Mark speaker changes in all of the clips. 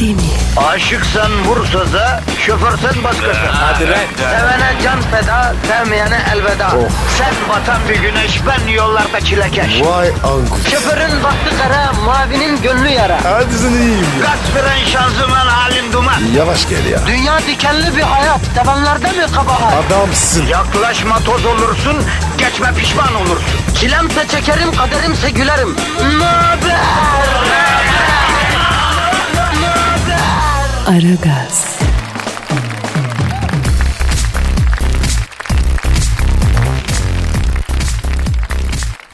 Speaker 1: değil mi?
Speaker 2: Aşıksan vursa da, şoförsen başkasın. Hadi
Speaker 3: lan.
Speaker 2: Sevene can feda, sevmeyene elveda. Sen batan bir güneş, ben yollarda çilekeş.
Speaker 3: Vay anku.
Speaker 2: Şoförün baktı kara, mavinin gönlü yara.
Speaker 3: Hadi sen iyiyim ya.
Speaker 2: Kasperen şanzıman halin duman.
Speaker 3: Yavaş gel ya.
Speaker 2: Dünya dikenli bir hayat, sevenlerde mi kabahar?
Speaker 3: Adamsın.
Speaker 2: Yaklaşma toz olursun, geçme pişman olursun. Çilemse çekerim, kaderimse gülerim. Möber!
Speaker 1: Aragaz,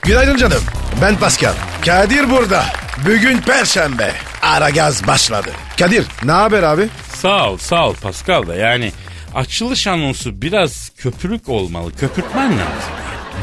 Speaker 3: Günaydın canım. Ben Pascal. Kadir burada. Bugün Perşembe. Ara gaz başladı. Kadir ne haber abi?
Speaker 4: Sağ ol, sağ ol Pascal da. Yani açılış anonsu biraz köpürük olmalı. Köpürtmen lazım.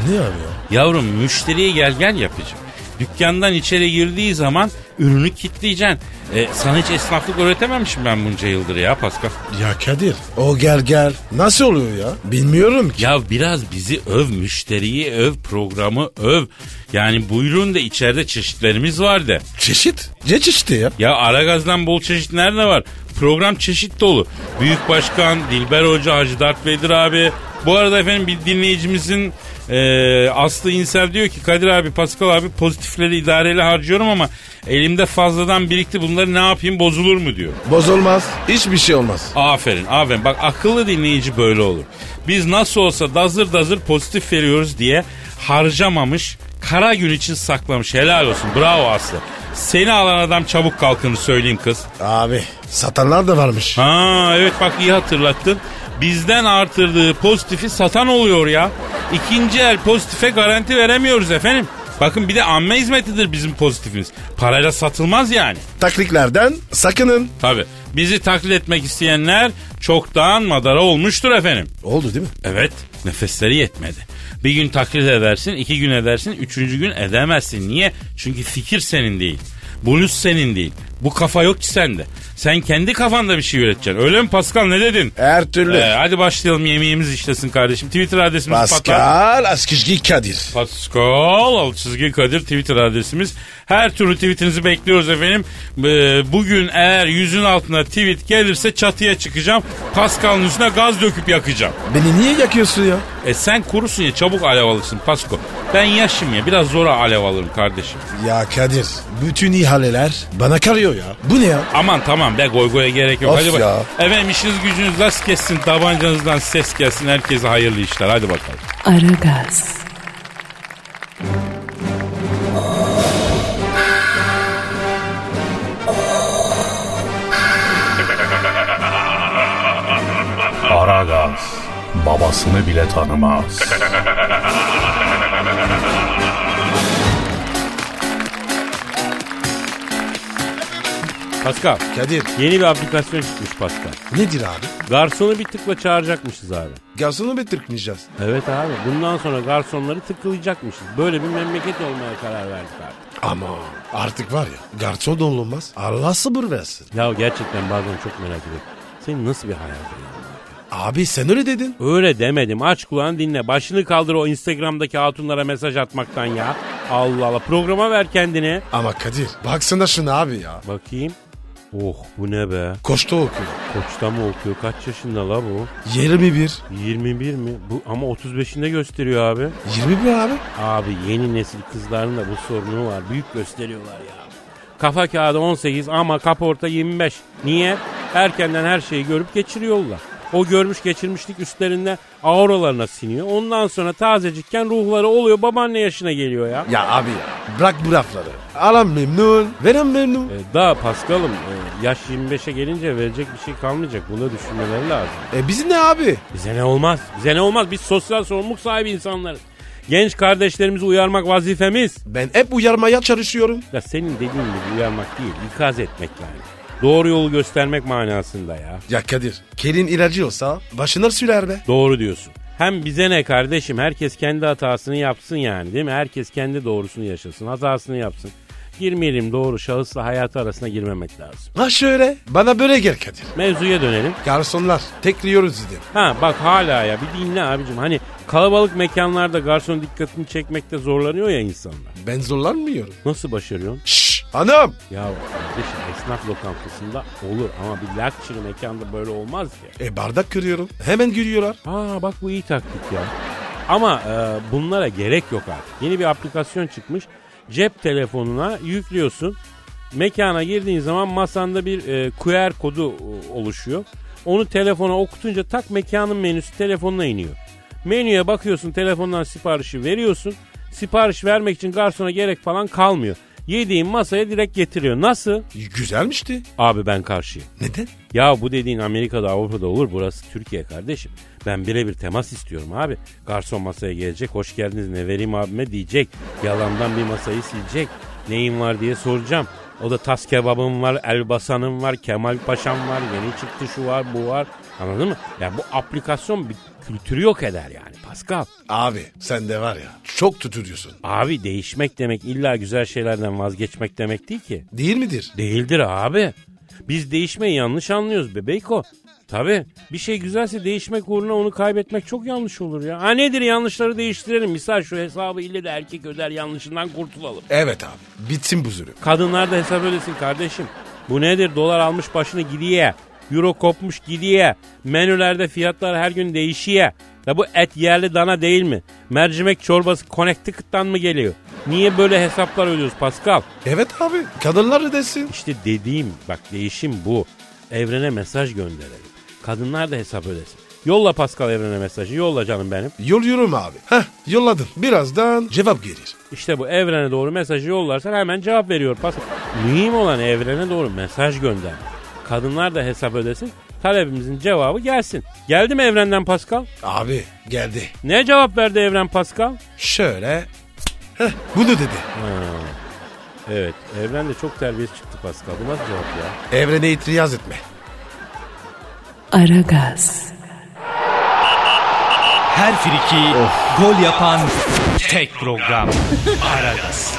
Speaker 3: Ne abi ya?
Speaker 4: Yavrum müşteriye gel gel yapacağım. Dükkandan içeri girdiği zaman ürünü kitleyeceksin. E, sana hiç esnaflık öğretememişim ben bunca yıldır ya Pascal.
Speaker 3: Ya Kadir. O gel gel. Nasıl oluyor ya? Bilmiyorum ki.
Speaker 4: Ya biraz bizi öv, müşteriyi öv, programı öv. Yani buyurun da içeride çeşitlerimiz var de.
Speaker 3: Çeşit. Ne çeşidi ya?
Speaker 4: Ya Aragaz'dan bol çeşit nerede var? Program çeşit dolu. Büyük Başkan, Dilber Hoca, Hacı Dert Vedir abi. Bu arada efendim bir dinleyicimizin e, Aslı İnsel diyor ki Kadir abi, Pascal abi pozitifleri idareli harcıyorum ama elimde fazladan birikti bunları ne yapayım bozulur mu diyor.
Speaker 3: Bozulmaz. Hiçbir şey olmaz.
Speaker 4: Aferin aferin bak akıllı dinleyici böyle olur. Biz nasıl olsa dazır dazır pozitif veriyoruz diye harcamamış kara gün için saklamış helal olsun bravo Aslı. Seni alan adam çabuk kalkın söyleyeyim kız.
Speaker 3: Abi satanlar da varmış.
Speaker 4: Ha evet bak iyi hatırlattın. Bizden artırdığı pozitifi satan oluyor ya. İkinci el pozitife garanti veremiyoruz efendim. Bakın bir de amme hizmetidir bizim pozitifimiz. Parayla satılmaz yani.
Speaker 3: Taklitlerden sakının.
Speaker 4: Tabi bizi taklit etmek isteyenler çoktan madara olmuştur efendim.
Speaker 3: Oldu değil mi?
Speaker 4: Evet nefesleri yetmedi. Bir gün taklit edersin, iki gün edersin, üçüncü gün edemezsin. Niye? Çünkü fikir senin değil. Bonus senin değil. Bu kafa yok ki sende. Sen kendi kafanda bir şey üreteceksin. Öyle mi Pascal ne dedin?
Speaker 3: Her türlü.
Speaker 4: Ee, hadi başlayalım yemeğimiz işlesin kardeşim. Twitter adresimiz patlar.
Speaker 3: Pascal Askizgi Kadir.
Speaker 4: Pascal Alçızgı Kadir Twitter adresimiz. Her türlü tweetinizi bekliyoruz efendim. Ee, bugün eğer yüzün altına tweet gelirse çatıya çıkacağım. Pascal'ın üstüne gaz döküp yakacağım.
Speaker 3: Beni niye yakıyorsun ya?
Speaker 4: E sen kurusun ya çabuk alev alırsın Pasko. Ben yaşım ya biraz zora alev alırım kardeşim.
Speaker 3: Ya Kadir bütün ihaleler bana karıyor ya. Bu ne ya?
Speaker 4: Aman tamam be goy goya gerek yok.
Speaker 3: Of
Speaker 4: Hadi bak.
Speaker 3: ya.
Speaker 4: Efendim işiniz gücünüz rast kessin tabancanızdan ses gelsin herkese hayırlı işler hadi bakalım.
Speaker 1: Aragaz,
Speaker 5: Aragaz babasını bile tanımaz.
Speaker 4: Pascal
Speaker 3: Kadir
Speaker 4: yeni bir aplikasyon çıkmış Pascal.
Speaker 3: nedir abi?
Speaker 4: Garsonu bir tıkla çağıracakmışız abi.
Speaker 3: Garsonu bir tırkınacağız.
Speaker 4: Evet abi bundan sonra garsonları tıklayacakmışız. Böyle bir memleket olmaya karar verdik abi.
Speaker 3: Ama artık var ya garson da olunmaz. Allah sabır versin.
Speaker 4: Ya gerçekten bazen çok merak ediyorum. Senin nasıl bir hayatın ya?
Speaker 3: Abi sen öyle dedin.
Speaker 4: Öyle demedim. Aç kulağını dinle. Başını kaldır o Instagram'daki hatunlara mesaj atmaktan ya. Allah Allah. Programa ver kendini.
Speaker 3: Ama Kadir baksana şuna abi ya.
Speaker 4: Bakayım. Oh bu ne be?
Speaker 3: Koçta okuyor.
Speaker 4: Koçta mı okuyor? Kaç yaşında la bu?
Speaker 3: 21.
Speaker 4: 21 mi? Bu ama 35'inde gösteriyor abi.
Speaker 3: 21 abi.
Speaker 4: Abi yeni nesil kızların da bu sorunu var. Büyük gösteriyorlar ya. Kafa kağıdı 18 ama kaporta 25. Niye? Erkenden her şeyi görüp geçiriyorlar. O görmüş geçirmişlik üstlerinde auralarına siniyor. Ondan sonra tazecikken ruhları oluyor babaanne yaşına geliyor ya.
Speaker 3: Ya abi ya. Bırak bu lafları. Alan memnun. Veren memnun.
Speaker 4: Ee, daha Paskal'ım e, yaş 25'e gelince verecek bir şey kalmayacak. Bunu da düşünmeleri lazım.
Speaker 3: E biz ne abi?
Speaker 4: Bize ne olmaz? Bize ne olmaz? Biz sosyal sorumluluk sahibi insanlarız. Genç kardeşlerimizi uyarmak vazifemiz.
Speaker 3: Ben hep uyarmaya çalışıyorum.
Speaker 4: Ya senin dediğin gibi uyarmak değil, ikaz etmek yani. Doğru yolu göstermek manasında ya.
Speaker 3: Ya Kadir. Kelin ilacı olsa başına sürer be.
Speaker 4: Doğru diyorsun. Hem bize ne kardeşim herkes kendi hatasını yapsın yani değil mi? Herkes kendi doğrusunu yaşasın, hatasını yapsın. Girmeyelim doğru şahısla hayatı arasına girmemek lazım.
Speaker 3: Ha şöyle. Bana böyle gel Kadir.
Speaker 4: Mevzuya dönelim.
Speaker 3: Garsonlar tekliyoruz dedim.
Speaker 4: Ha bak hala ya bir dinle abicim. Hani kalabalık mekanlarda garson dikkatini çekmekte zorlanıyor ya insanlar.
Speaker 3: Ben zorlanmıyorum.
Speaker 4: Nasıl başarıyorsun?
Speaker 3: Şşş Hanım.
Speaker 6: Ya kardeşim esnaf lokantasında olur ama bir lakçırı mekanda böyle olmaz ya.
Speaker 3: E bardak kırıyorum. Hemen gülüyorlar.
Speaker 6: Ha bak bu iyi taktik ya. Ama e, bunlara gerek yok artık. Yeni bir aplikasyon çıkmış. Cep telefonuna yüklüyorsun. Mekana girdiğin zaman masanda bir e, QR kodu e, oluşuyor. Onu telefona okutunca tak mekanın menüsü telefonuna iniyor. Menüye bakıyorsun telefondan siparişi veriyorsun. Sipariş vermek için garsona gerek falan kalmıyor. Yediğin masaya direkt getiriyor. Nasıl?
Speaker 3: Güzelmişti.
Speaker 6: Abi ben karşıyım.
Speaker 3: Neden?
Speaker 6: Ya bu dediğin Amerika'da Avrupa'da olur burası Türkiye kardeşim. Ben birebir temas istiyorum abi. Garson masaya gelecek hoş geldiniz ne vereyim abime diyecek. Yalandan bir masayı silecek. Neyin var diye soracağım. O da tas kebabım var, elbasanım var, Kemal Paşam var, yeni çıktı şu var, bu var. Anladın mı? Ya bu aplikasyon bir kültürü yok eder yani Pascal.
Speaker 3: Abi sen de var ya çok tutuyorsun.
Speaker 6: Abi değişmek demek illa güzel şeylerden vazgeçmek demek değil ki.
Speaker 3: Değil midir?
Speaker 6: Değildir abi. Biz değişmeyi yanlış anlıyoruz bebeyko. Tabi bir şey güzelse değişmek uğruna onu kaybetmek çok yanlış olur ya. Ha nedir yanlışları değiştirelim. Misal şu hesabı ille de erkek öder yanlışından kurtulalım.
Speaker 3: Evet abi. Bitsin bu zulüm.
Speaker 6: Kadınlar da hesap ödesin kardeşim. Bu nedir dolar almış başını gidiye. Euro kopmuş gidiye. Menülerde fiyatlar her gün değişiye. Ya bu et yerli dana değil mi? Mercimek çorbası Connecticut'tan mı geliyor? Niye böyle hesaplar ödüyoruz Pascal?
Speaker 3: Evet abi. Kadınlar ödesin.
Speaker 6: İşte dediğim bak değişim bu. Evrene mesaj gönderelim. Kadınlar da hesap ödesin. Yolla Pascal evrene mesajı yolla canım benim.
Speaker 3: Yolluyorum abi. Heh yolladım. Birazdan cevap gelir.
Speaker 6: İşte bu evrene doğru mesajı yollarsan hemen cevap veriyor Pascal. Mühim olan evrene doğru mesaj gönder. Kadınlar da hesap ödesin. Talebimizin cevabı gelsin. Geldi mi evrenden Pascal?
Speaker 3: Abi geldi.
Speaker 6: Ne cevap verdi evren Pascal?
Speaker 3: Şöyle. Heh bunu dedi.
Speaker 6: Evet evren de çok terbiyesiz çıktı Pascal. Bu nasıl cevap ya?
Speaker 3: Evrene itiraz etme.
Speaker 1: Aragaz,
Speaker 7: Her friki gol yapan tek program. Aragaz.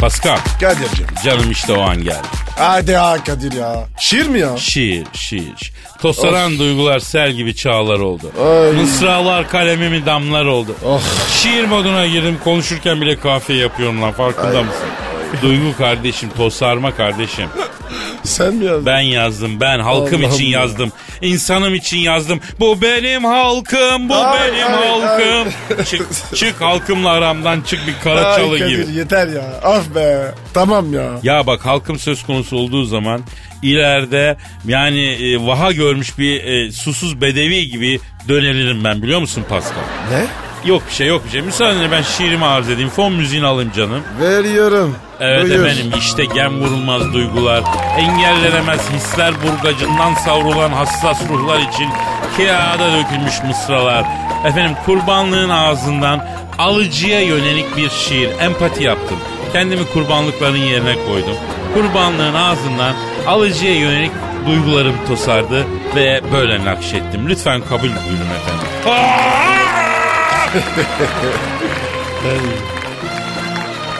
Speaker 4: Pascal
Speaker 3: Kadir'cim.
Speaker 4: canım işte o an geldi.
Speaker 3: Hadi ya Kadir ya. Şiir mi ya?
Speaker 4: Şiir, şiir. Tosaran duygular sel gibi çağlar oldu.
Speaker 3: Ay.
Speaker 4: Mısralar kalemimi damlar oldu.
Speaker 3: Of.
Speaker 4: Şiir moduna girdim konuşurken bile kahve yapıyorum lan farkında mısın? Duygu kardeşim, tosarma kardeşim.
Speaker 3: Sen mi yazdın?
Speaker 4: Ben yazdım, ben halkım
Speaker 3: Allah'ım
Speaker 4: için
Speaker 3: ya.
Speaker 4: yazdım. insanım için yazdım. Bu benim halkım, bu
Speaker 3: Ay,
Speaker 4: benim
Speaker 3: ay,
Speaker 4: halkım. Çık, çık halkımla aramdan çık bir karaçalı
Speaker 3: Kadir,
Speaker 4: gibi.
Speaker 3: yeter ya. Af be. Tamam ya.
Speaker 4: Ya bak halkım söz konusu olduğu zaman ileride yani e, vaha görmüş bir e, susuz bedevi gibi dönelirim ben biliyor musun Pascal?
Speaker 3: Ne?
Speaker 4: Yok bir şey yok bir şey. Müsaadenle ben şiirimi arz edeyim. Fon müziğini alayım canım.
Speaker 3: Veriyorum.
Speaker 4: Evet
Speaker 3: Buyur.
Speaker 4: efendim işte gem vurulmaz duygular, engellenemez hisler burgacından savrulan hassas ruhlar için kağıda dökülmüş mısralar. Efendim kurbanlığın ağzından alıcıya yönelik bir şiir, empati yaptım. Kendimi kurbanlıkların yerine koydum. Kurbanlığın ağzından alıcıya yönelik duygularım tosardı ve böyle nakşettim. Lütfen kabul buyurun efendim.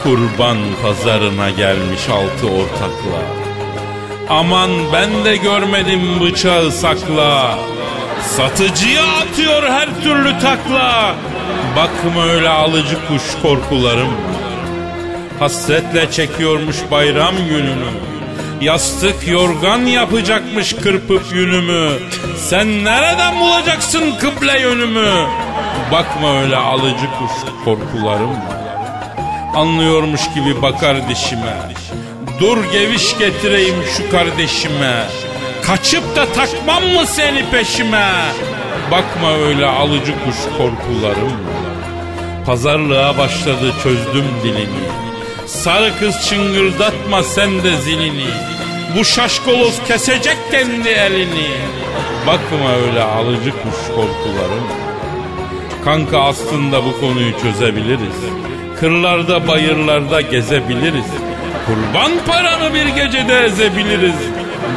Speaker 4: Kurban pazarına gelmiş altı ortakla. Aman ben de görmedim bıçağı sakla. Satıcıya atıyor her türlü takla. Bakma öyle alıcı kuş korkularım. Hasretle çekiyormuş bayram gününü. Yastık yorgan yapacakmış kırpıp yünümü. Sen nereden bulacaksın kıble yönümü? Bakma öyle alıcı kuş korkularım. Anlıyormuş gibi bakar dişime Dur geviş getireyim şu kardeşime Kaçıp da takmam mı seni peşime Bakma öyle alıcı kuş korkularım Pazarlığa başladı çözdüm dilini Sarı kız çıngırdatma sen de zilini Bu şaşkoloz kesecek kendi elini Bakma öyle alıcı kuş korkularım Kanka aslında bu konuyu çözebiliriz. Kırlarda bayırlarda gezebiliriz. Kurban paranı bir gecede ezebiliriz.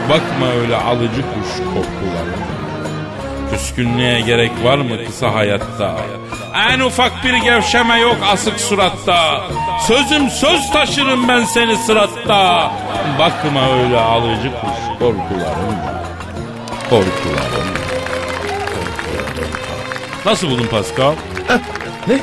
Speaker 4: Bakma öyle alıcı kuş korkuları. Küskünlüğe gerek var mı kısa hayatta? En ufak bir gevşeme yok asık suratta. Sözüm söz taşırım ben seni sıratta. Bakma öyle alıcı kuş korkularım. Korkularım. Nasıl buldun Pascal?
Speaker 3: Ne?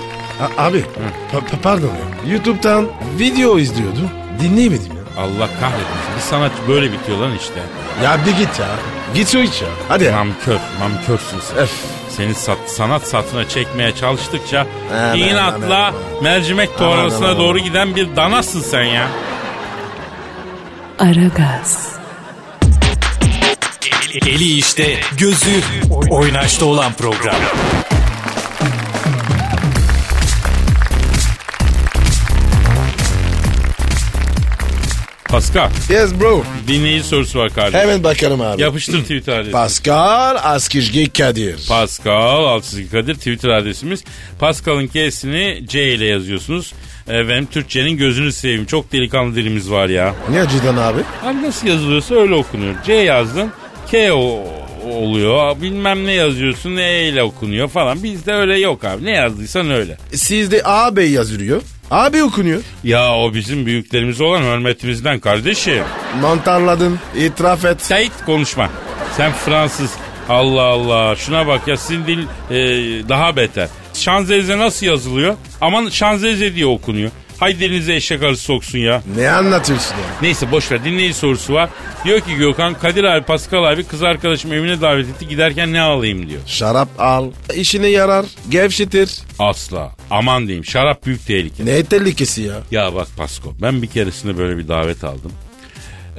Speaker 3: A- abi pa- pa- pardon ya. YouTube'dan video izliyordum. Dinleyemedim ya.
Speaker 4: Allah kahretmesin. Bir sanatçı böyle bitiyor lan işte.
Speaker 3: Ya bir git ya. Git su iç ya. Hadi ya.
Speaker 4: Namkör, namkörsün sen.
Speaker 3: Öf.
Speaker 4: Seni sat, sanat satına çekmeye çalıştıkça
Speaker 3: Aman, aman,
Speaker 4: inatla
Speaker 3: aman.
Speaker 4: mercimek
Speaker 3: Aman,
Speaker 4: doğrasına
Speaker 3: aman,
Speaker 4: doğru
Speaker 3: aman.
Speaker 4: giden bir danasın sen ya.
Speaker 1: Aragaz,
Speaker 7: Eli işte, gözü oynaşta olan program.
Speaker 4: Pascal,
Speaker 3: Yes bro.
Speaker 4: dinleyici sorusu var kardeşim.
Speaker 3: Hemen bakarım abi.
Speaker 4: Yapıştır Twitter adresini.
Speaker 3: Pascal Askizgi Kadir.
Speaker 4: Pascal Altçizgi Kadir Twitter adresimiz. Pascal'ın K'sini C ile yazıyorsunuz. Efendim Türkçenin gözünü seveyim. Çok delikanlı dilimiz var ya.
Speaker 3: ne acıdan abi?
Speaker 4: Abi nasıl yazılıyorsa öyle okunuyor. C yazdın K o- oluyor. Bilmem ne yazıyorsun E ile okunuyor falan. Bizde öyle yok abi. Ne yazdıysan öyle.
Speaker 3: Sizde AB yazılıyor. AB okunuyor.
Speaker 4: Ya o bizim büyüklerimiz olan hürmetimizden kardeşim.
Speaker 3: Mantarladın. itiraf et.
Speaker 4: Sait konuşma. Sen Fransız. Allah Allah. Şuna bak ya sizin dil e, daha beter. Şanzelize nasıl yazılıyor? Aman Şanzelize diye okunuyor. Hay dilinize eşek arısı soksun ya.
Speaker 3: Ne anlatıyorsun ya?
Speaker 4: Neyse boş ver dinleyici sorusu var. Diyor ki Gökhan Kadir abi Pascal abi kız arkadaşım evine davet etti giderken ne alayım diyor.
Speaker 3: Şarap al. İşine yarar. Gevşetir.
Speaker 4: Asla. Aman diyeyim şarap büyük tehlike.
Speaker 3: Ne tehlikesi ya?
Speaker 4: Ya bak Pasko ben bir keresinde böyle bir davet aldım.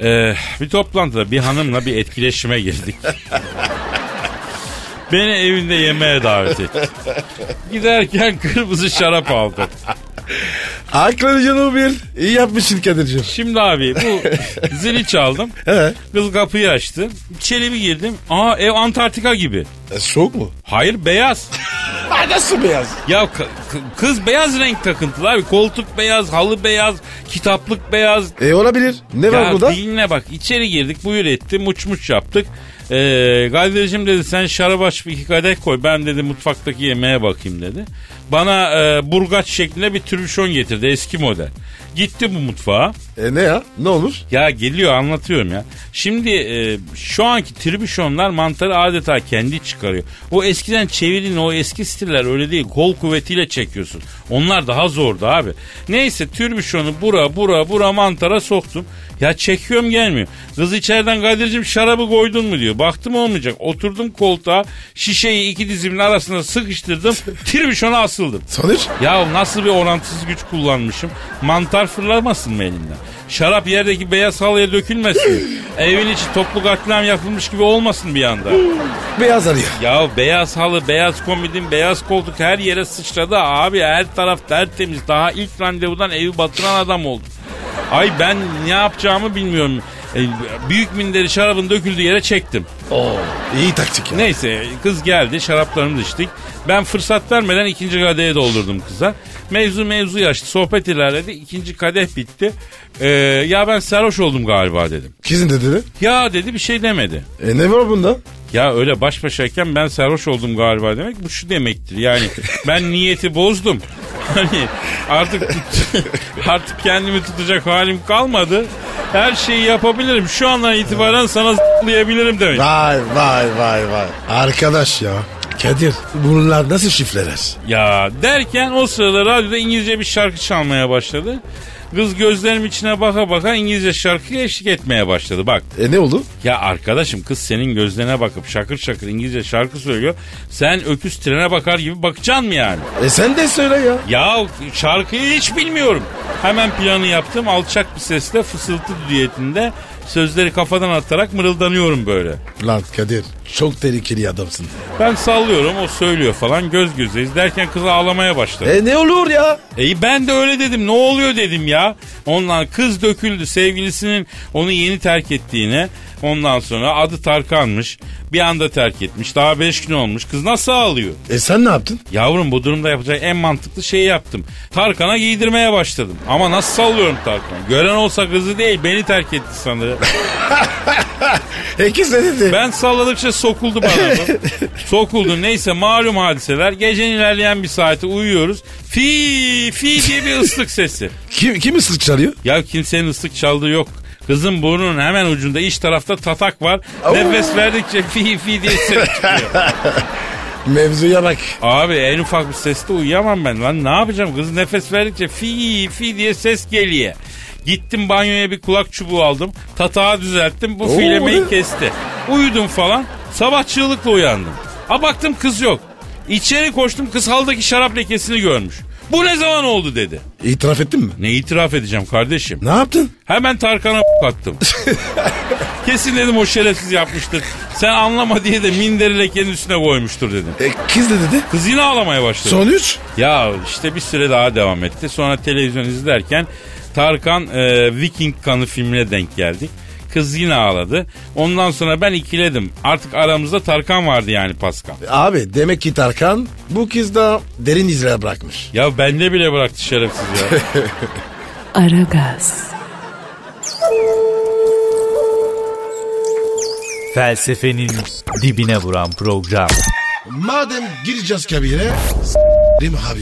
Speaker 4: Ee, bir toplantıda bir hanımla bir etkileşime girdik. Beni evinde yemeğe davet etti. Giderken kırmızı şarap aldı.
Speaker 3: Aklını canım bir. İyi yapmışsın Kadir'cim.
Speaker 4: Şimdi abi bu zili çaldım.
Speaker 3: He.
Speaker 4: Kız kapıyı açtı. İçeri bir girdim. Aa ev Antarktika gibi.
Speaker 3: E, soğuk mu?
Speaker 4: Hayır beyaz.
Speaker 3: Ha, nasıl beyaz?
Speaker 4: Ya k- k- kız beyaz renk takıntılar. Koltuk beyaz, halı beyaz, kitaplık beyaz,
Speaker 3: E olabilir. Ne var
Speaker 4: ya
Speaker 3: burada?
Speaker 4: diline bak içeri girdik buyur etti muç muç yaptık. Ee, Kadir'cim dedi sen şaraba aç bir iki kadeh koy ben dedi mutfaktaki yemeğe bakayım dedi. Bana e, burgaç şeklinde bir türbüşon getirdi eski model. Gitti bu mutfağa.
Speaker 3: E ne ya? Ne olur?
Speaker 4: Ya geliyor anlatıyorum ya. Şimdi e, şu anki tribüşonlar mantarı adeta kendi çıkarıyor. O eskiden çevirin o eski stiller öyle değil. Kol kuvvetiyle çekiyorsun. Onlar daha zordu abi. Neyse tribüşonu bura bura bura mantara soktum. Ya çekiyorum gelmiyor. Kız içeriden Kadir'cim şarabı koydun mu diyor. Baktım olmayacak. Oturdum koltuğa şişeyi iki dizimin arasına sıkıştırdım. tribüşona asıldım.
Speaker 3: Sonuç?
Speaker 4: Ya nasıl bir orantısız güç kullanmışım. Mantar fırlamasın mı elimden? Şarap yerdeki beyaz halıya dökülmesin. Evin içi toplu katliam yapılmış gibi olmasın bir anda.
Speaker 3: Beyaz arıyor.
Speaker 4: ya beyaz halı, beyaz komodin, beyaz koltuk her yere sıçradı. Abi her taraf tertemiz. Daha ilk randevudan evi batıran adam oldu. Ay ben ne yapacağımı bilmiyorum. E, Büyük minderi şarabın döküldüğü yere çektim.
Speaker 3: İyi taktik ya.
Speaker 4: Neyse kız geldi şaraplarımızı içtik. Ben fırsat vermeden ikinci kadeye doldurdum kıza. Mevzu mevzu açtı sohbet ilerledi. ikinci kadeh bitti. Ee, ya ben sarhoş oldum galiba dedim.
Speaker 3: Kızın dedi.
Speaker 4: Ya dedi bir şey demedi.
Speaker 3: E ne var bunda?
Speaker 4: Ya öyle baş başayken ben sarhoş oldum galiba demek bu şu demektir. Yani ben niyeti bozdum. Hani artık artık kendimi tutacak halim kalmadı. Her şeyi yapabilirim. Şu andan itibaren sana s**layabilirim demek.
Speaker 3: Vay vay vay vay. Arkadaş ya. Kadir bunlar nasıl şifreler?
Speaker 4: Ya derken o sırada radyoda İngilizce bir şarkı çalmaya başladı. Kız gözlerim içine baka baka İngilizce şarkıya eşlik etmeye başladı. Bak
Speaker 3: E ne oldu?
Speaker 4: ya arkadaşım kız senin gözlerine bakıp şakır şakır İngilizce şarkı söylüyor. Sen öküz trene bakar gibi bakacaksın mı yani?
Speaker 3: E sen de söyle ya.
Speaker 4: Ya şarkıyı hiç bilmiyorum. Hemen planı yaptım alçak bir sesle fısıltı diyetinde sözleri kafadan atarak mırıldanıyorum böyle.
Speaker 3: Lan Kadir çok tehlikeli adamsın.
Speaker 4: Ben sallıyorum o söylüyor falan göz gözeyiz derken kız ağlamaya başladı.
Speaker 3: E ne olur ya?
Speaker 4: E ben de öyle dedim. Ne oluyor dedim ya. Ondan kız döküldü. Sevgilisinin onu yeni terk ettiğine. Ondan sonra adı Tarkan'mış. Bir anda terk etmiş. Daha 5 gün olmuş. Kız nasıl ağlıyor?
Speaker 3: E sen ne yaptın?
Speaker 4: Yavrum bu durumda yapacak en mantıklı şeyi yaptım. Tarkan'a giydirmeye başladım. Ama nasıl sallıyorum Tarkan? Gören olsa kızı değil beni terk etti sanırım.
Speaker 3: E kız ne dedi?
Speaker 4: Ben salladıkça sokuldu bana bu. sokuldu neyse malum hadiseler. Gecenin ilerleyen bir saati uyuyoruz. Fi fi diye bir ıslık sesi.
Speaker 3: Kim, kim ıslık çalıyor?
Speaker 4: Ya kimsenin ıslık çaldığı yok. Kızın burnunun hemen ucunda iç tarafta tatak var. Nefes verdikçe fi fi diye ses çıkıyor.
Speaker 3: Mevzuya bak.
Speaker 4: Abi en ufak bir seste uyuyamam ben lan. Ne yapacağım? Kız nefes verdikçe fi fi diye ses geliyor. Gittim banyoya bir kulak çubuğu aldım. Tatağı düzelttim. Bu filemeyi kesti. Uyudum falan. Sabah çığlıkla uyandım. A baktım kız yok. İçeri koştum kız haldaki şarap lekesini görmüş. Bu ne zaman oldu dedi.
Speaker 3: İtiraf ettin mi?
Speaker 4: Ne itiraf edeceğim kardeşim?
Speaker 3: Ne yaptın?
Speaker 4: Hemen Tarkan'a attım. Kesin dedim o şerefsiz yapmıştır. Sen anlama diye de minderi lekenin üstüne koymuştur dedim.
Speaker 3: E, kız ne dedi?
Speaker 4: Kız yine ağlamaya başladı.
Speaker 3: Sonuç?
Speaker 4: Ya işte bir süre daha devam etti. Sonra televizyon izlerken Tarkan e, Viking kanı filmine denk geldik. Kız yine ağladı. Ondan sonra ben ikiledim. Artık aramızda Tarkan vardı yani Pascal.
Speaker 3: Abi demek ki Tarkan bu kız da derin izler bırakmış.
Speaker 4: Ya bende bile bıraktı şerefsiz ya.
Speaker 1: Aragaz,
Speaker 7: Felsefenin dibine vuran program.
Speaker 3: Madem gireceğiz kabire s**rim abi.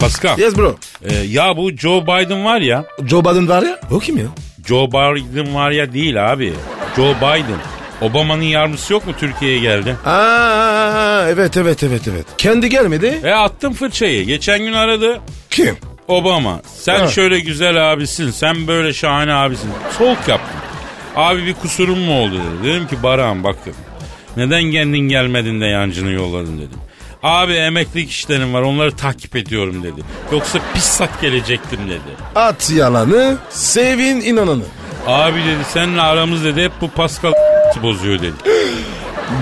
Speaker 4: Pascal.
Speaker 3: Yes bro.
Speaker 4: e, ya bu Joe Biden var ya.
Speaker 3: Joe Biden var ya. O kim ya?
Speaker 4: Joe Biden var ya değil abi. Joe Biden. Obama'nın yardımcısı yok mu Türkiye'ye geldi?
Speaker 3: Aa, evet evet evet evet. Kendi gelmedi.
Speaker 4: E attım fırçayı. Geçen gün aradı.
Speaker 3: Kim?
Speaker 4: Obama sen
Speaker 3: Evet.
Speaker 4: şöyle güzel abisin sen böyle şahane abisin. Soğuk yaptım. Abi bir kusurum mu oldu dedi. Dedim ki Baran bak dedim. Neden kendin gelmedin de yancını yolladın dedim. Abi emeklilik işlerim var onları takip ediyorum dedi. Yoksa pis sak gelecektim dedi.
Speaker 3: At yalanı, sevin inananı.
Speaker 4: Abi dedi seninle aramız dedi hep bu Pascal bozuyor dedi.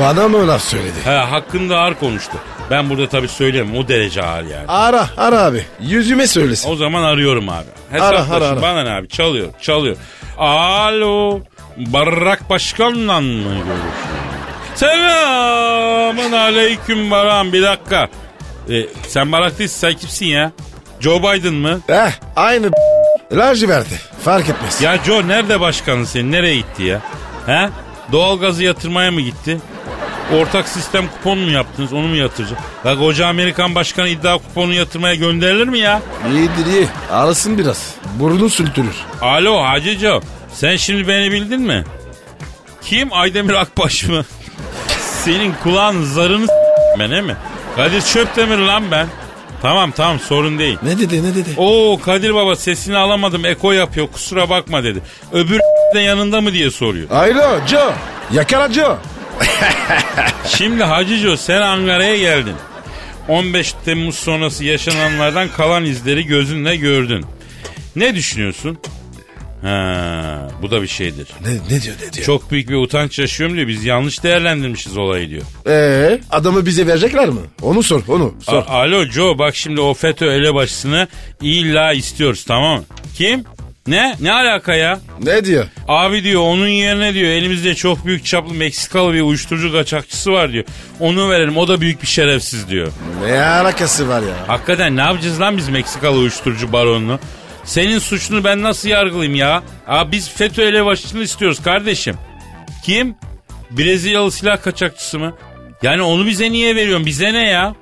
Speaker 3: Bana mı laf söyledi?
Speaker 4: He hakkında ağır konuştu. Ben burada tabii söyleyemem o derece ağır yani.
Speaker 3: Ara, ara abi. Yüzüme söylesin.
Speaker 4: O zaman arıyorum abi.
Speaker 3: Ara,
Speaker 4: Hesaplaşın
Speaker 3: ara, ara.
Speaker 4: bana ne abi çalıyor çalıyor. Alo Barrak Başkan'la mı görüşüyorum? Selamın aleyküm Baran bir dakika. Ee, sen Barak değilsin sen kimsin ya? Joe Biden mı?
Speaker 3: Heh, Eh, aynı verdi. Fark etmez.
Speaker 4: Ya Joe nerede başkanın senin nereye gitti ya? He? Doğalgazı yatırmaya mı gitti? Ortak sistem kuponu mu yaptınız onu mu yatıracak? La koca Amerikan başkanı iddia kuponu yatırmaya gönderilir mi ya?
Speaker 3: İyidir iyi. Arasın biraz. Burnu sürtülür.
Speaker 4: Alo Hacıco sen şimdi beni bildin mi? Kim Aydemir Akbaş mı? Senin kulağın zarını s- ben he mi? Kadir Çöptemir lan ben. Tamam tamam sorun değil.
Speaker 3: Ne dedi ne dedi?
Speaker 4: Oo Kadir baba sesini alamadım eko yapıyor kusura bakma dedi. Öbür de yanında mı diye soruyor.
Speaker 3: Alo Joe. Yakala Joe.
Speaker 4: Şimdi Hacıco sen Ankara'ya geldin. 15 Temmuz sonrası yaşananlardan kalan izleri gözünle gördün. Ne düşünüyorsun? Ha, bu da bir şeydir.
Speaker 3: Ne, ne diyor ne diyor?
Speaker 4: Çok büyük bir utanç yaşıyorum diyor. Biz yanlış değerlendirmişiz olayı diyor.
Speaker 3: Ee, adamı bize verecekler mi? Onu sor onu sor.
Speaker 4: A- Alo Joe bak şimdi o FETÖ elebaşısını illa istiyoruz tamam mı? Kim? Ne? Ne alaka ya?
Speaker 3: ne diyor?
Speaker 4: Abi diyor onun yerine diyor elimizde çok büyük çaplı Meksikalı bir uyuşturucu kaçakçısı var diyor. Onu verelim o da büyük bir şerefsiz diyor.
Speaker 3: Ne alakası var ya?
Speaker 4: Hakikaten ne yapacağız lan biz Meksikalı uyuşturucu baronunu? Senin suçunu ben nasıl yargılayayım ya? Aa, biz FETÖ elebaşısını istiyoruz kardeşim. Kim? Brezilyalı silah kaçakçısı mı? Yani onu bize niye veriyorsun? Bize ne ya?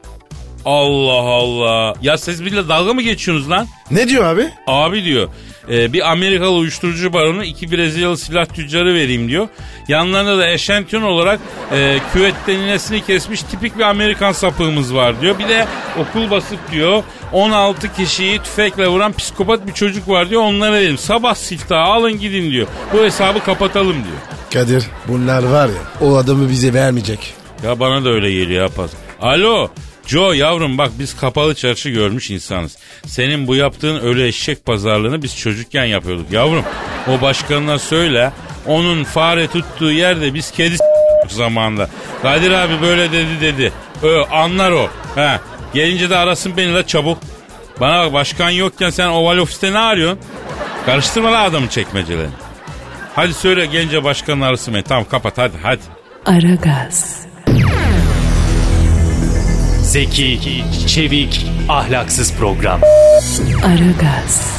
Speaker 4: Allah Allah. Ya siz bile dalga mı geçiyorsunuz lan?
Speaker 3: Ne diyor abi?
Speaker 4: Abi diyor e, bir Amerikalı uyuşturucu baronu iki Brezilyalı silah tüccarı vereyim diyor. Yanlarında da eşantiyon olarak e, küvetten inesini kesmiş tipik bir Amerikan sapığımız var diyor. Bir de okul basıp diyor 16 kişiyi tüfekle vuran psikopat bir çocuk var diyor onlara verelim. Sabah siftahı alın gidin diyor. Bu hesabı kapatalım diyor.
Speaker 3: Kadir bunlar var ya o adamı bize vermeyecek.
Speaker 4: Ya bana da öyle geliyor ya pas. Alo Joe yavrum bak biz kapalı çarşı görmüş insanız. Senin bu yaptığın öyle eşek pazarlığını biz çocukken yapıyorduk yavrum. O başkanına söyle onun fare tuttuğu yerde biz kedi s**tuk zamanında. Kadir abi böyle dedi dedi. Ö, anlar o. He. Gelince de arasın beni la çabuk. Bana bak başkan yokken sen oval ofiste ne arıyorsun? Karıştırma la adamı çekmecelerini. Hadi söyle gelince başkanın arasın beni. Tamam kapat hadi hadi.
Speaker 1: Aragaz,
Speaker 7: Zeki, çevik, ahlaksız program.
Speaker 1: Aragaz,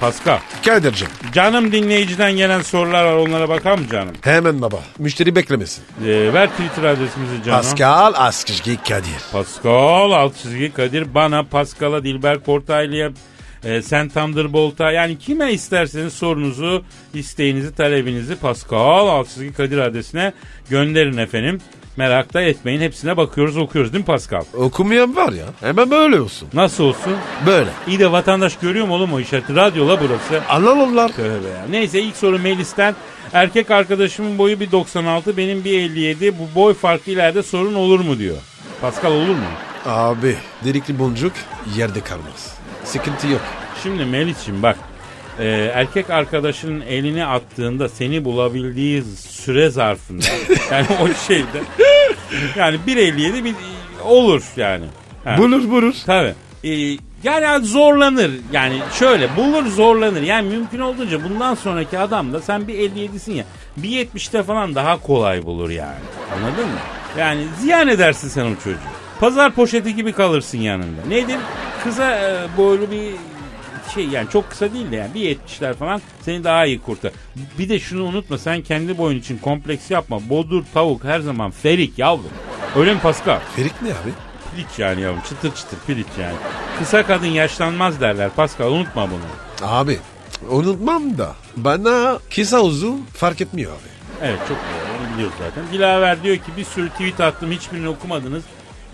Speaker 4: Pascal.
Speaker 3: Kadir'cim
Speaker 4: Canım dinleyiciden gelen sorular var onlara bakar mı canım?
Speaker 3: hemen baba. Müşteri beklemesin.
Speaker 4: Ee, ver Twitter adresimizi canım.
Speaker 3: Pascal Askışki Kadir.
Speaker 4: Pascal alt çizgi Kadir bana Pascal'a Dilber Kortaylı'ya e, sen Thunderbolt'a yani kime isterseniz sorunuzu, isteğinizi, talebinizi Pascal alt çizgi Kadir adresine gönderin efendim. Merak da etmeyin hepsine bakıyoruz okuyoruz değil mi Pascal?
Speaker 3: Okumayan var ya hemen böyle olsun.
Speaker 4: Nasıl olsun?
Speaker 3: Böyle.
Speaker 4: İyi de vatandaş görüyor mu oğlum o işareti? Radyo la burası.
Speaker 3: Anlarlar.
Speaker 4: Tövbe ya. Neyse ilk soru Melis'ten. Erkek arkadaşımın boyu bir 96 benim bir 57 bu boy farkı ileride sorun olur mu diyor. Pascal olur mu?
Speaker 3: Abi delikli boncuk yerde kalmaz. Sıkıntı yok.
Speaker 4: Şimdi Melih'ciğim bak e, erkek arkadaşının elini attığında seni bulabildiği süre zarfında yani o şeyde yani 1.57 bir olur yani. Ha.
Speaker 3: Bulur bulur.
Speaker 4: Tabii. E, yani az zorlanır yani şöyle bulur zorlanır yani mümkün olduğunca bundan sonraki adam da sen bir 57'sin ya bir 70'te falan daha kolay bulur yani anladın mı? Yani ziyan edersin sen o çocuğu. Pazar poşeti gibi kalırsın yanında. Nedir? Kısa e, boylu bir şey yani çok kısa değil de yani bir 70'ler falan seni daha iyi kurtar. Bir de şunu unutma sen kendi boyun için kompleks yapma. Bodur tavuk her zaman ferik yavrum. Öyle mi Pascal?
Speaker 3: Ferik ne abi?
Speaker 4: Piliç yani yavrum çıtır çıtır piliç yani. Kısa kadın yaşlanmaz derler Pascal unutma bunu.
Speaker 3: Abi unutmam da bana kısa uzun fark etmiyor abi.
Speaker 4: Evet çok doğru onu biliyoruz zaten. Dilaver diyor ki bir sürü tweet attım hiçbirini okumadınız.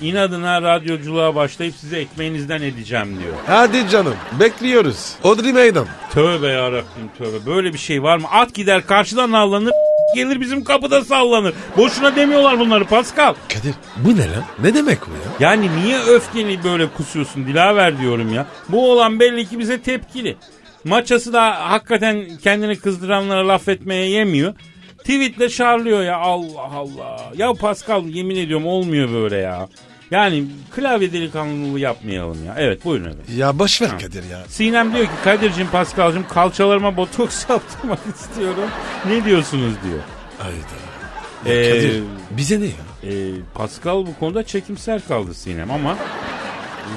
Speaker 4: İnadına radyoculuğa başlayıp size ekmeğinizden edeceğim diyor.
Speaker 3: Hadi canım bekliyoruz. Odri meydan.
Speaker 4: Tövbe yarabbim tövbe. Böyle bir şey var mı? At gider karşıdan avlanır. Gelir bizim kapıda sallanır. Boşuna demiyorlar bunları Pascal.
Speaker 3: Kadir bu ne lan? Ne demek bu ya?
Speaker 4: Yani niye öfkeni böyle kusuyorsun Dilaver diyorum ya. Bu olan belli ki bize tepkili. Maçası da hakikaten kendini kızdıranlara laf etmeye yemiyor. Tweetle şarlıyor ya Allah Allah. Ya Pascal yemin ediyorum olmuyor böyle ya. Yani klavye delikanlılığı yapmayalım ya. Evet buyurun efendim.
Speaker 3: Ya boş ver Kadir ya.
Speaker 4: Sinem diyor ki Kadir'cim Paskal'cım kalçalarıma botoks yaptırmak istiyorum. Ne diyorsunuz diyor.
Speaker 3: Hayda.
Speaker 4: Ee,
Speaker 3: Kadir bize ne ya?
Speaker 4: e, Pascal bu konuda çekimser kaldı Sinem ama e,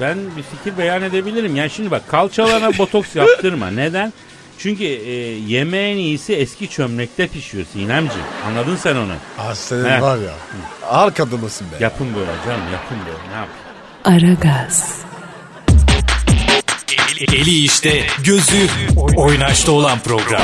Speaker 4: ben bir fikir beyan edebilirim. Yani şimdi bak kalçalarına botoks yaptırma. Neden? Çünkü e, yemeğin iyisi eski çömlekte pişiyor Sinemciğim. Anladın sen onu.
Speaker 3: Ah senin
Speaker 4: He.
Speaker 3: var ya. Ağır kadınısın be.
Speaker 4: Yapın böyle canım yapın böyle. Ne yapayım?
Speaker 1: Aragaz,
Speaker 7: Eli, eli işte, gözü oynaşta olan program.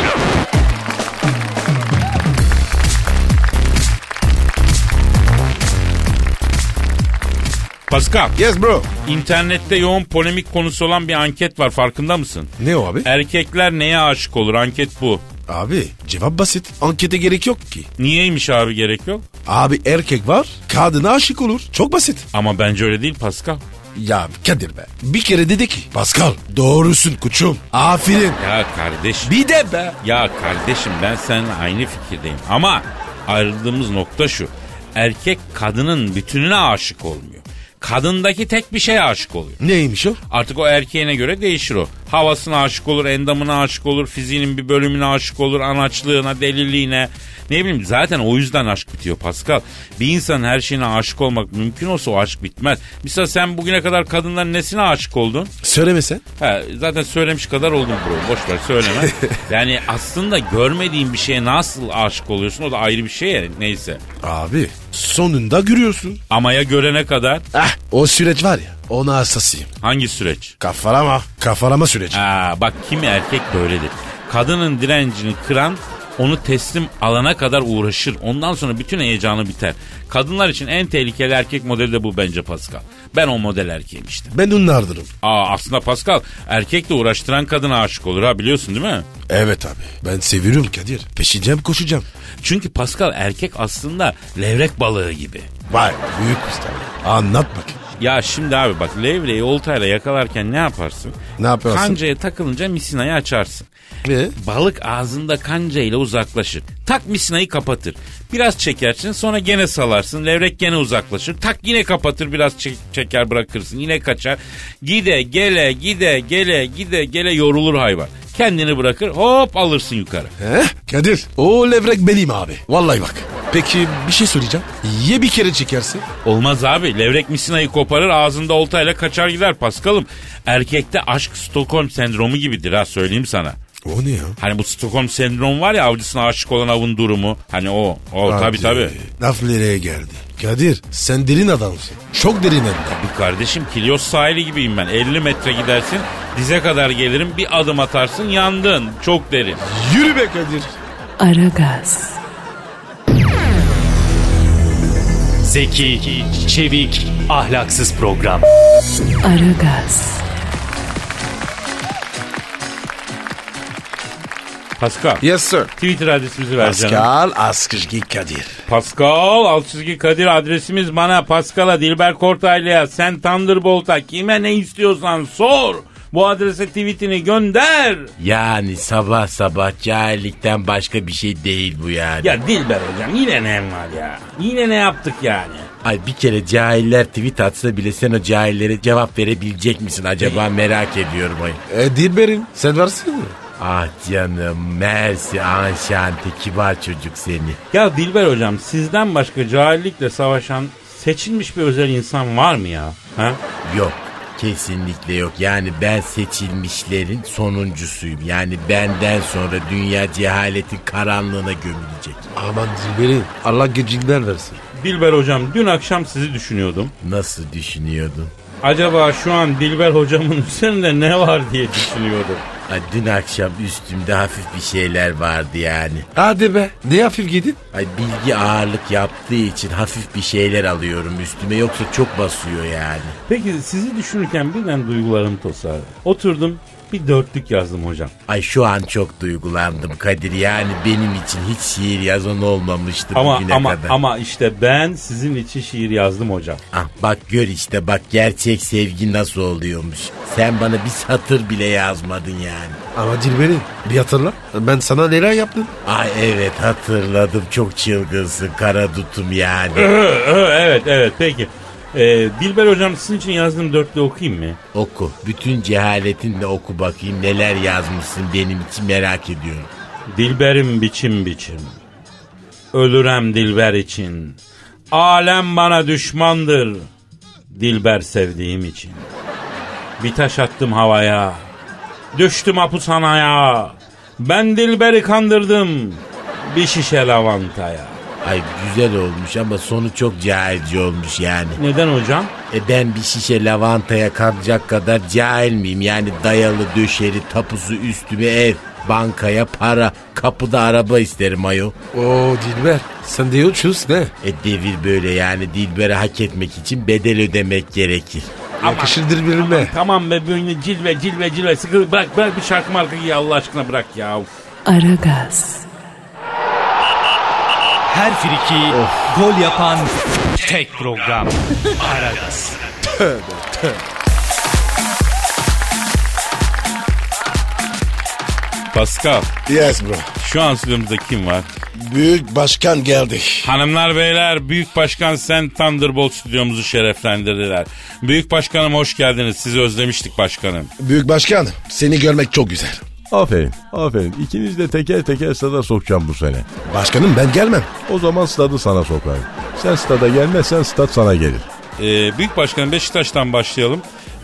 Speaker 4: Pascal,
Speaker 3: Yes bro.
Speaker 4: internette yoğun polemik konusu olan bir anket var farkında mısın?
Speaker 3: Ne o abi?
Speaker 4: Erkekler neye aşık olur? Anket bu.
Speaker 3: Abi cevap basit. Ankete gerek yok ki.
Speaker 4: Niyeymiş abi gerek yok?
Speaker 3: Abi erkek var kadına aşık olur. Çok basit.
Speaker 4: Ama bence öyle değil Pascal.
Speaker 3: Ya Kadir be. Bir kere dedi ki Pascal doğrusun kuçum. Aferin.
Speaker 4: Ya kardeşim.
Speaker 3: Bir de be.
Speaker 4: Ya kardeşim ben seninle aynı fikirdeyim. Ama ayrıldığımız nokta şu. Erkek kadının bütününe aşık olmuyor. Kadındaki tek bir şeye aşık oluyor.
Speaker 3: Neymiş o?
Speaker 4: Artık o erkeğine göre değişir o. Havasına aşık olur, endamına aşık olur, fiziğinin bir bölümüne aşık olur, anaçlığına, deliliğine. Ne bileyim zaten o yüzden aşk bitiyor Pascal. Bir insanın her şeyine aşık olmak mümkün olsa o aşk bitmez. Mesela sen bugüne kadar kadınların nesine aşık oldun?
Speaker 3: Söylemesen.
Speaker 4: Ha, zaten söylemiş kadar oldum bro. Boş ver söyleme. yani aslında görmediğin bir şeye nasıl aşık oluyorsun o da ayrı bir şey yani neyse.
Speaker 3: Abi sonunda görüyorsun.
Speaker 4: Ama ya görene kadar
Speaker 3: Ah o süreç var ya ona hassasıyım.
Speaker 4: hangi süreç?
Speaker 3: Kafalama. Kafalama süreci.
Speaker 4: Ha, bak kimi erkek böyledir. Kadının direncini kıran onu teslim alana kadar uğraşır. Ondan sonra bütün heyecanı biter. Kadınlar için en tehlikeli erkek modeli de bu bence Pascal. Ben o model erkeğim işte.
Speaker 3: Ben onlardırım.
Speaker 4: Aa aslında Pascal erkekle uğraştıran kadına aşık olur ha biliyorsun değil mi?
Speaker 3: Evet abi. Ben seviyorum Kadir. Peşineceğim koşacağım.
Speaker 4: Çünkü Pascal erkek aslında levrek balığı gibi.
Speaker 3: Vay büyük usta. Anlat bakayım.
Speaker 4: Ya şimdi abi bak levreyi oltayla yakalarken ne yaparsın?
Speaker 3: Ne yaparsın?
Speaker 4: Kancaya takılınca misinayı açarsın.
Speaker 3: Ve?
Speaker 4: Balık ağzında kanca ile uzaklaşır. Tak misinayı kapatır. Biraz çekersin sonra gene salarsın. Levrek gene uzaklaşır. Tak yine kapatır biraz çek- çeker bırakırsın. Yine kaçar. Gide gele gide gele gide gele yorulur hayvan. Kendini bırakır hop alırsın yukarı.
Speaker 3: He? Kadir. O levrek benim abi. Vallahi bak. Peki bir şey söyleyeceğim. Ye bir kere çekersin.
Speaker 4: Olmaz abi. Levrek misinayı koparır ağzında oltayla kaçar gider Paskal'ım. Erkekte aşk Stockholm sendromu gibidir ha söyleyeyim sana.
Speaker 3: O ne ya?
Speaker 4: Hani bu Stockholm sendromu var ya avcısına aşık olan avın durumu. Hani o. O tabii tabii.
Speaker 3: Laf nereye geldi? Kadir sen derin adamsın. Çok derin adam.
Speaker 4: Bir kardeşim Kilios sahili gibiyim ben. 50 metre gidersin dize kadar gelirim bir adım atarsın yandın. Çok derin.
Speaker 3: Yürü be Kadir.
Speaker 1: Aragaz,
Speaker 7: Zeki, çevik, ahlaksız program.
Speaker 1: Aragaz,
Speaker 4: Pascal.
Speaker 3: Yes sir.
Speaker 4: Twitter adresimizi ver canım.
Speaker 3: Pascal Askışgi Kadir.
Speaker 4: Pascal alt çizgi Kadir adresimiz bana Pascal'a Dilber Kortaylı'ya sen Thunderbolt'a kime ne istiyorsan sor. Bu adrese tweetini gönder.
Speaker 8: Yani sabah sabah cahillikten başka bir şey değil bu yani.
Speaker 4: Ya Dilber hocam yine ne var ya? Yine ne yaptık yani?
Speaker 8: Ay bir kere cahiller tweet atsa bile sen o cahillere cevap verebilecek misin acaba merak ediyorum. Ay.
Speaker 3: E Dilber'in sen varsın mı?
Speaker 8: Ah canım mersi anşante kibar çocuk seni.
Speaker 4: Ya Dilber hocam sizden başka cahillikle savaşan seçilmiş bir özel insan var mı ya? Ha?
Speaker 8: Yok kesinlikle yok yani ben seçilmişlerin sonuncusuyum. Yani benden sonra dünya cehaletin karanlığına gömülecek.
Speaker 3: Aman Dilber'in Allah gecinden versin.
Speaker 4: Dilber hocam dün akşam sizi düşünüyordum.
Speaker 8: Nasıl düşünüyordun?
Speaker 4: Acaba şu an Dilber hocamın üzerinde ne var diye düşünüyordum.
Speaker 8: Ay, dün akşam üstümde hafif bir şeyler vardı yani.
Speaker 3: Hadi be. Ne hafif giydin?
Speaker 8: Ay bilgi ağırlık yaptığı için hafif bir şeyler alıyorum üstüme yoksa çok basıyor yani.
Speaker 4: Peki sizi düşünürken birden duygularım tosardı. Oturdum bir dörtlük yazdım hocam.
Speaker 8: Ay şu an çok duygulandım Kadir yani benim için hiç şiir yazan olmamıştı
Speaker 4: Ama
Speaker 8: bugüne
Speaker 4: ama
Speaker 8: kadar.
Speaker 4: ama işte ben sizin için şiir yazdım hocam.
Speaker 8: Ah, bak gör işte bak gerçek sevgi nasıl oluyormuş. Sen bana bir satır bile yazmadın yani.
Speaker 3: Ama Dilber'in bir hatırla. Ben sana neler yaptım?
Speaker 8: Ay evet hatırladım çok çılgınsın kara dutum yani.
Speaker 4: Ö, ö, evet evet peki. Ee, Dilber hocam sizin için yazdığım dörtlü okuyayım mı?
Speaker 8: oku bütün cehaletinle oku bakayım neler yazmışsın benim için merak ediyorum.
Speaker 4: Dilberim biçim biçim. Ölürem Dilber için. Alem bana düşmandır. Dilber sevdiğim için. Bir taş attım havaya. Düştüm hapishanaya. Ben Dilber'i kandırdım. Bir şişe lavantaya.
Speaker 8: Ay güzel olmuş ama sonu çok cahilce olmuş yani.
Speaker 4: Neden hocam?
Speaker 8: E ben bir şişe lavantaya kalacak kadar cahil miyim? Yani dayalı döşeri, tapusu üstüme ev, bankaya para, kapıda araba isterim ayo.
Speaker 3: Oo Dilber. Sen de uçuz ne?
Speaker 8: E devir böyle yani Dilber'e hak etmek için bedel ödemek gerekir.
Speaker 3: Yakışır Dilber'ime.
Speaker 4: Tamam be böyle cilve cilve cilve sıkı bırak bırak bir şarkı marka giy Allah aşkına bırak ya.
Speaker 1: Aragaz,
Speaker 7: Her friki gol yapan tek program. Aragaz.
Speaker 4: Pascal
Speaker 3: Yes bro.
Speaker 4: şu an stüdyomuzda kim var?
Speaker 3: Büyük başkan geldi.
Speaker 4: Hanımlar beyler Büyük Başkan Sen Thunderbolt stüdyomuzu şereflendirdiler. Büyük Başkanım hoş geldiniz. Sizi özlemiştik başkanım.
Speaker 3: Büyük başkan seni görmek çok güzel.
Speaker 9: Aferin, aferin. İkiniz de teker teker stada sokacağım bu sene.
Speaker 3: Başkanım ben gelmem.
Speaker 9: O zaman stadı sana sokarım. Sen stada gelmezsen stat sana gelir.
Speaker 4: Ee, Büyük Başkanım Beşiktaş'tan başlayalım.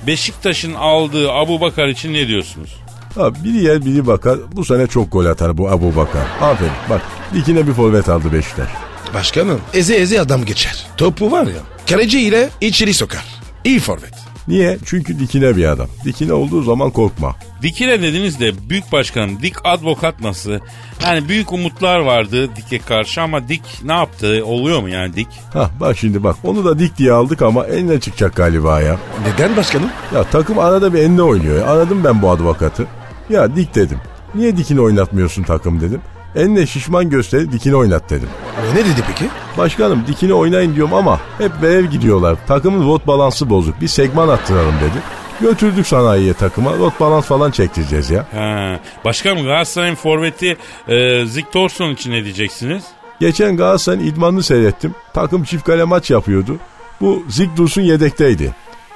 Speaker 4: Beşiktaş'ın aldığı Abu Bakar için ne diyorsunuz?
Speaker 9: Ha, biri yer biri bakar. Bu sene çok gol atar bu Abu Bakar. Aferin. Bak dikine bir forvet aldı Beşiktaş.
Speaker 3: Başkanım eze eze adam geçer. Topu var ya kaleci ile içeri sokar. İyi forvet.
Speaker 9: Niye? Çünkü dikine bir adam. Dikine olduğu zaman korkma.
Speaker 4: Dikine dediniz de Büyük Başkanım Dik Advokat nasıl? Yani büyük umutlar vardı Dik'e karşı ama Dik ne yaptı? Oluyor mu yani Dik?
Speaker 9: Hah bak şimdi bak onu da dik diye aldık ama eline çıkacak galiba ya.
Speaker 3: Neden başkanım?
Speaker 9: Ya takım arada bir eline oynuyor. Aradım ben bu advokatı. Ya dik dedim. Niye dikini oynatmıyorsun takım dedim. Eline şişman gösterip dikini oynat dedim.
Speaker 3: E, ne dedi peki?
Speaker 9: Başkanım dikini oynayın diyorum ama hep verev gidiyorlar. Takımın rot balansı bozuk. Bir segman attıralım dedi. Götürdük sanayiye takıma. Rot balans falan çektireceğiz ya.
Speaker 4: Ha. Başkanım Galatasaray'ın forveti e, Zik Torson için ne diyeceksiniz?
Speaker 9: Geçen Galatasaray'ın idmanını seyrettim. Takım çift kale maç yapıyordu. Bu Zigdus'un yedekteydi.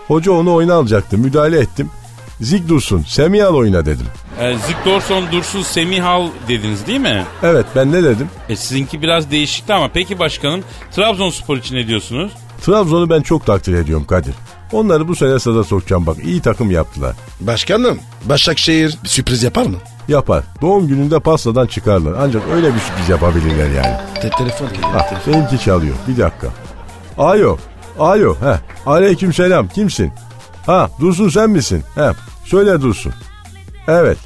Speaker 9: Hoca onu oyuna alacaktı. Müdahale ettim. Zigdus'un Semihal oyna dedim.
Speaker 4: E, Zik Dorson Dursun Semihal dediniz değil mi?
Speaker 9: Evet ben ne dedim?
Speaker 4: E, sizinki biraz değişikti ama peki başkanım Trabzonspor için ne diyorsunuz?
Speaker 9: Trabzon'u ben çok takdir ediyorum Kadir. Onları bu sene sada sokacağım bak. İyi takım yaptılar.
Speaker 3: Başkanım Başakşehir bir sürpriz yapar mı?
Speaker 9: Yapar. Doğum gününde pastadan çıkarlar. Ancak öyle bir sürpriz yapabilirler yani.
Speaker 3: Te- telefon geliyor.
Speaker 9: Ha, benimki çalıyor. Bir dakika. Alo. Alo. He. Aleyküm selam. Kimsin? Ha Dursun sen misin? He. Söyle Dursun. Evet.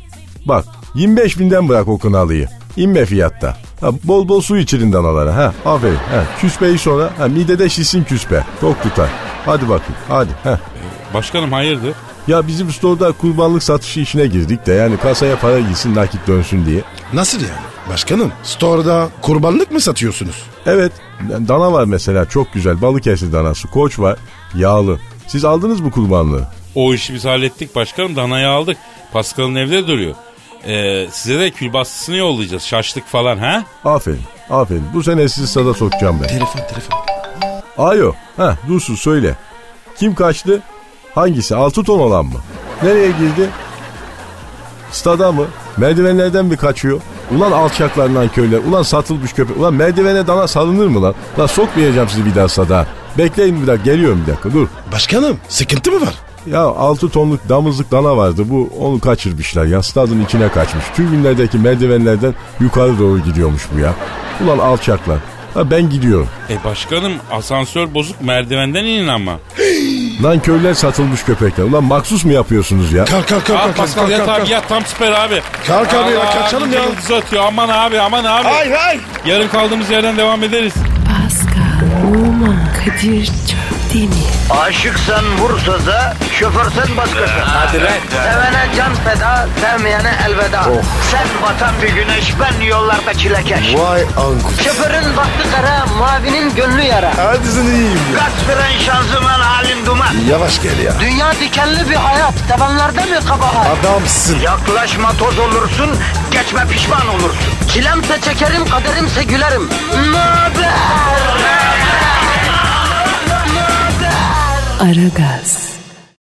Speaker 9: Bak 25 binden bırak o kınalıyı. İnme fiyatta. Ha, bol bol su içirin danalara. Ha, aferin. Ha, küspeyi sonra. Ha, midede şişsin küspe. Tok tutar. Hadi bakayım. Hadi. Ha.
Speaker 4: Başkanım hayırdır?
Speaker 9: Ya bizim store'da kurbanlık satışı işine girdik de yani kasaya para gitsin nakit dönsün diye.
Speaker 3: Nasıl yani? Başkanım store'da kurbanlık mı satıyorsunuz?
Speaker 9: Evet dana var mesela çok güzel Balıkesir danası koç var yağlı. Siz aldınız mı kurbanlığı?
Speaker 4: O işi biz hallettik başkanım danayı aldık. Pascal'ın evde duruyor. E, size de külbastısını yollayacağız şaşlık falan ha?
Speaker 9: Aferin aferin bu sene sizi sada sokacağım ben.
Speaker 3: Telefon telefon.
Speaker 9: Ayo ha dursun söyle. Kim kaçtı? Hangisi 6 ton olan mı? Nereye girdi? Stada mı? Merdivenlerden mi kaçıyor? Ulan alçaklarından köyler, ulan satılmış köpek, ulan merdivene dana salınır mı lan? Lan sokmayacağım sizi bir daha sada. Bekleyin bir dakika, geliyorum bir dakika, dur.
Speaker 3: Başkanım sıkıntı mı var?
Speaker 9: Ya 6 tonluk damızlık dana vardı bu onu kaçırmışlar ya stadın içine kaçmış. Tüm günlerdeki merdivenlerden yukarı doğru gidiyormuş bu ya. Ulan alçaklar. Ha ben gidiyorum.
Speaker 4: E başkanım asansör bozuk merdivenden inin ama.
Speaker 9: Lan köyler satılmış köpekler. Ulan maksus mu yapıyorsunuz ya?
Speaker 3: Kalk kalk kalk.
Speaker 4: Aa,
Speaker 3: kalk,
Speaker 4: Pascal
Speaker 3: kalk,
Speaker 4: yat
Speaker 3: kalk,
Speaker 4: abi yat tam süper abi.
Speaker 3: Kalk abi ya,
Speaker 4: Allah,
Speaker 3: kaçalım ya.
Speaker 4: Yıldız atıyor aman abi aman abi.
Speaker 3: hay.
Speaker 4: Yarın kaldığımız yerden devam ederiz.
Speaker 1: Pascal, Oman, Kadir çok değil mi?
Speaker 2: Aşıksan vursa da, şoförsen başkasın. Hadi
Speaker 7: lan.
Speaker 2: Sevene can feda, sevmeyene elveda. Sen batan bir güneş, ben yollarda çilekeş.
Speaker 3: Vay anku.
Speaker 2: Şoförün baktı kara, mavinin gönlü yara.
Speaker 3: Hadi sen iyiyim ya.
Speaker 2: Kasperen şanzıman halin duman.
Speaker 3: Yavaş gel ya.
Speaker 2: Dünya dikenli bir hayat, sevenlerde mi kabahar?
Speaker 3: Adamsın.
Speaker 2: Yaklaşma toz olursun, geçme pişman olursun. Çilemse çekerim, kaderimse gülerim. Möber!
Speaker 1: Aragaz.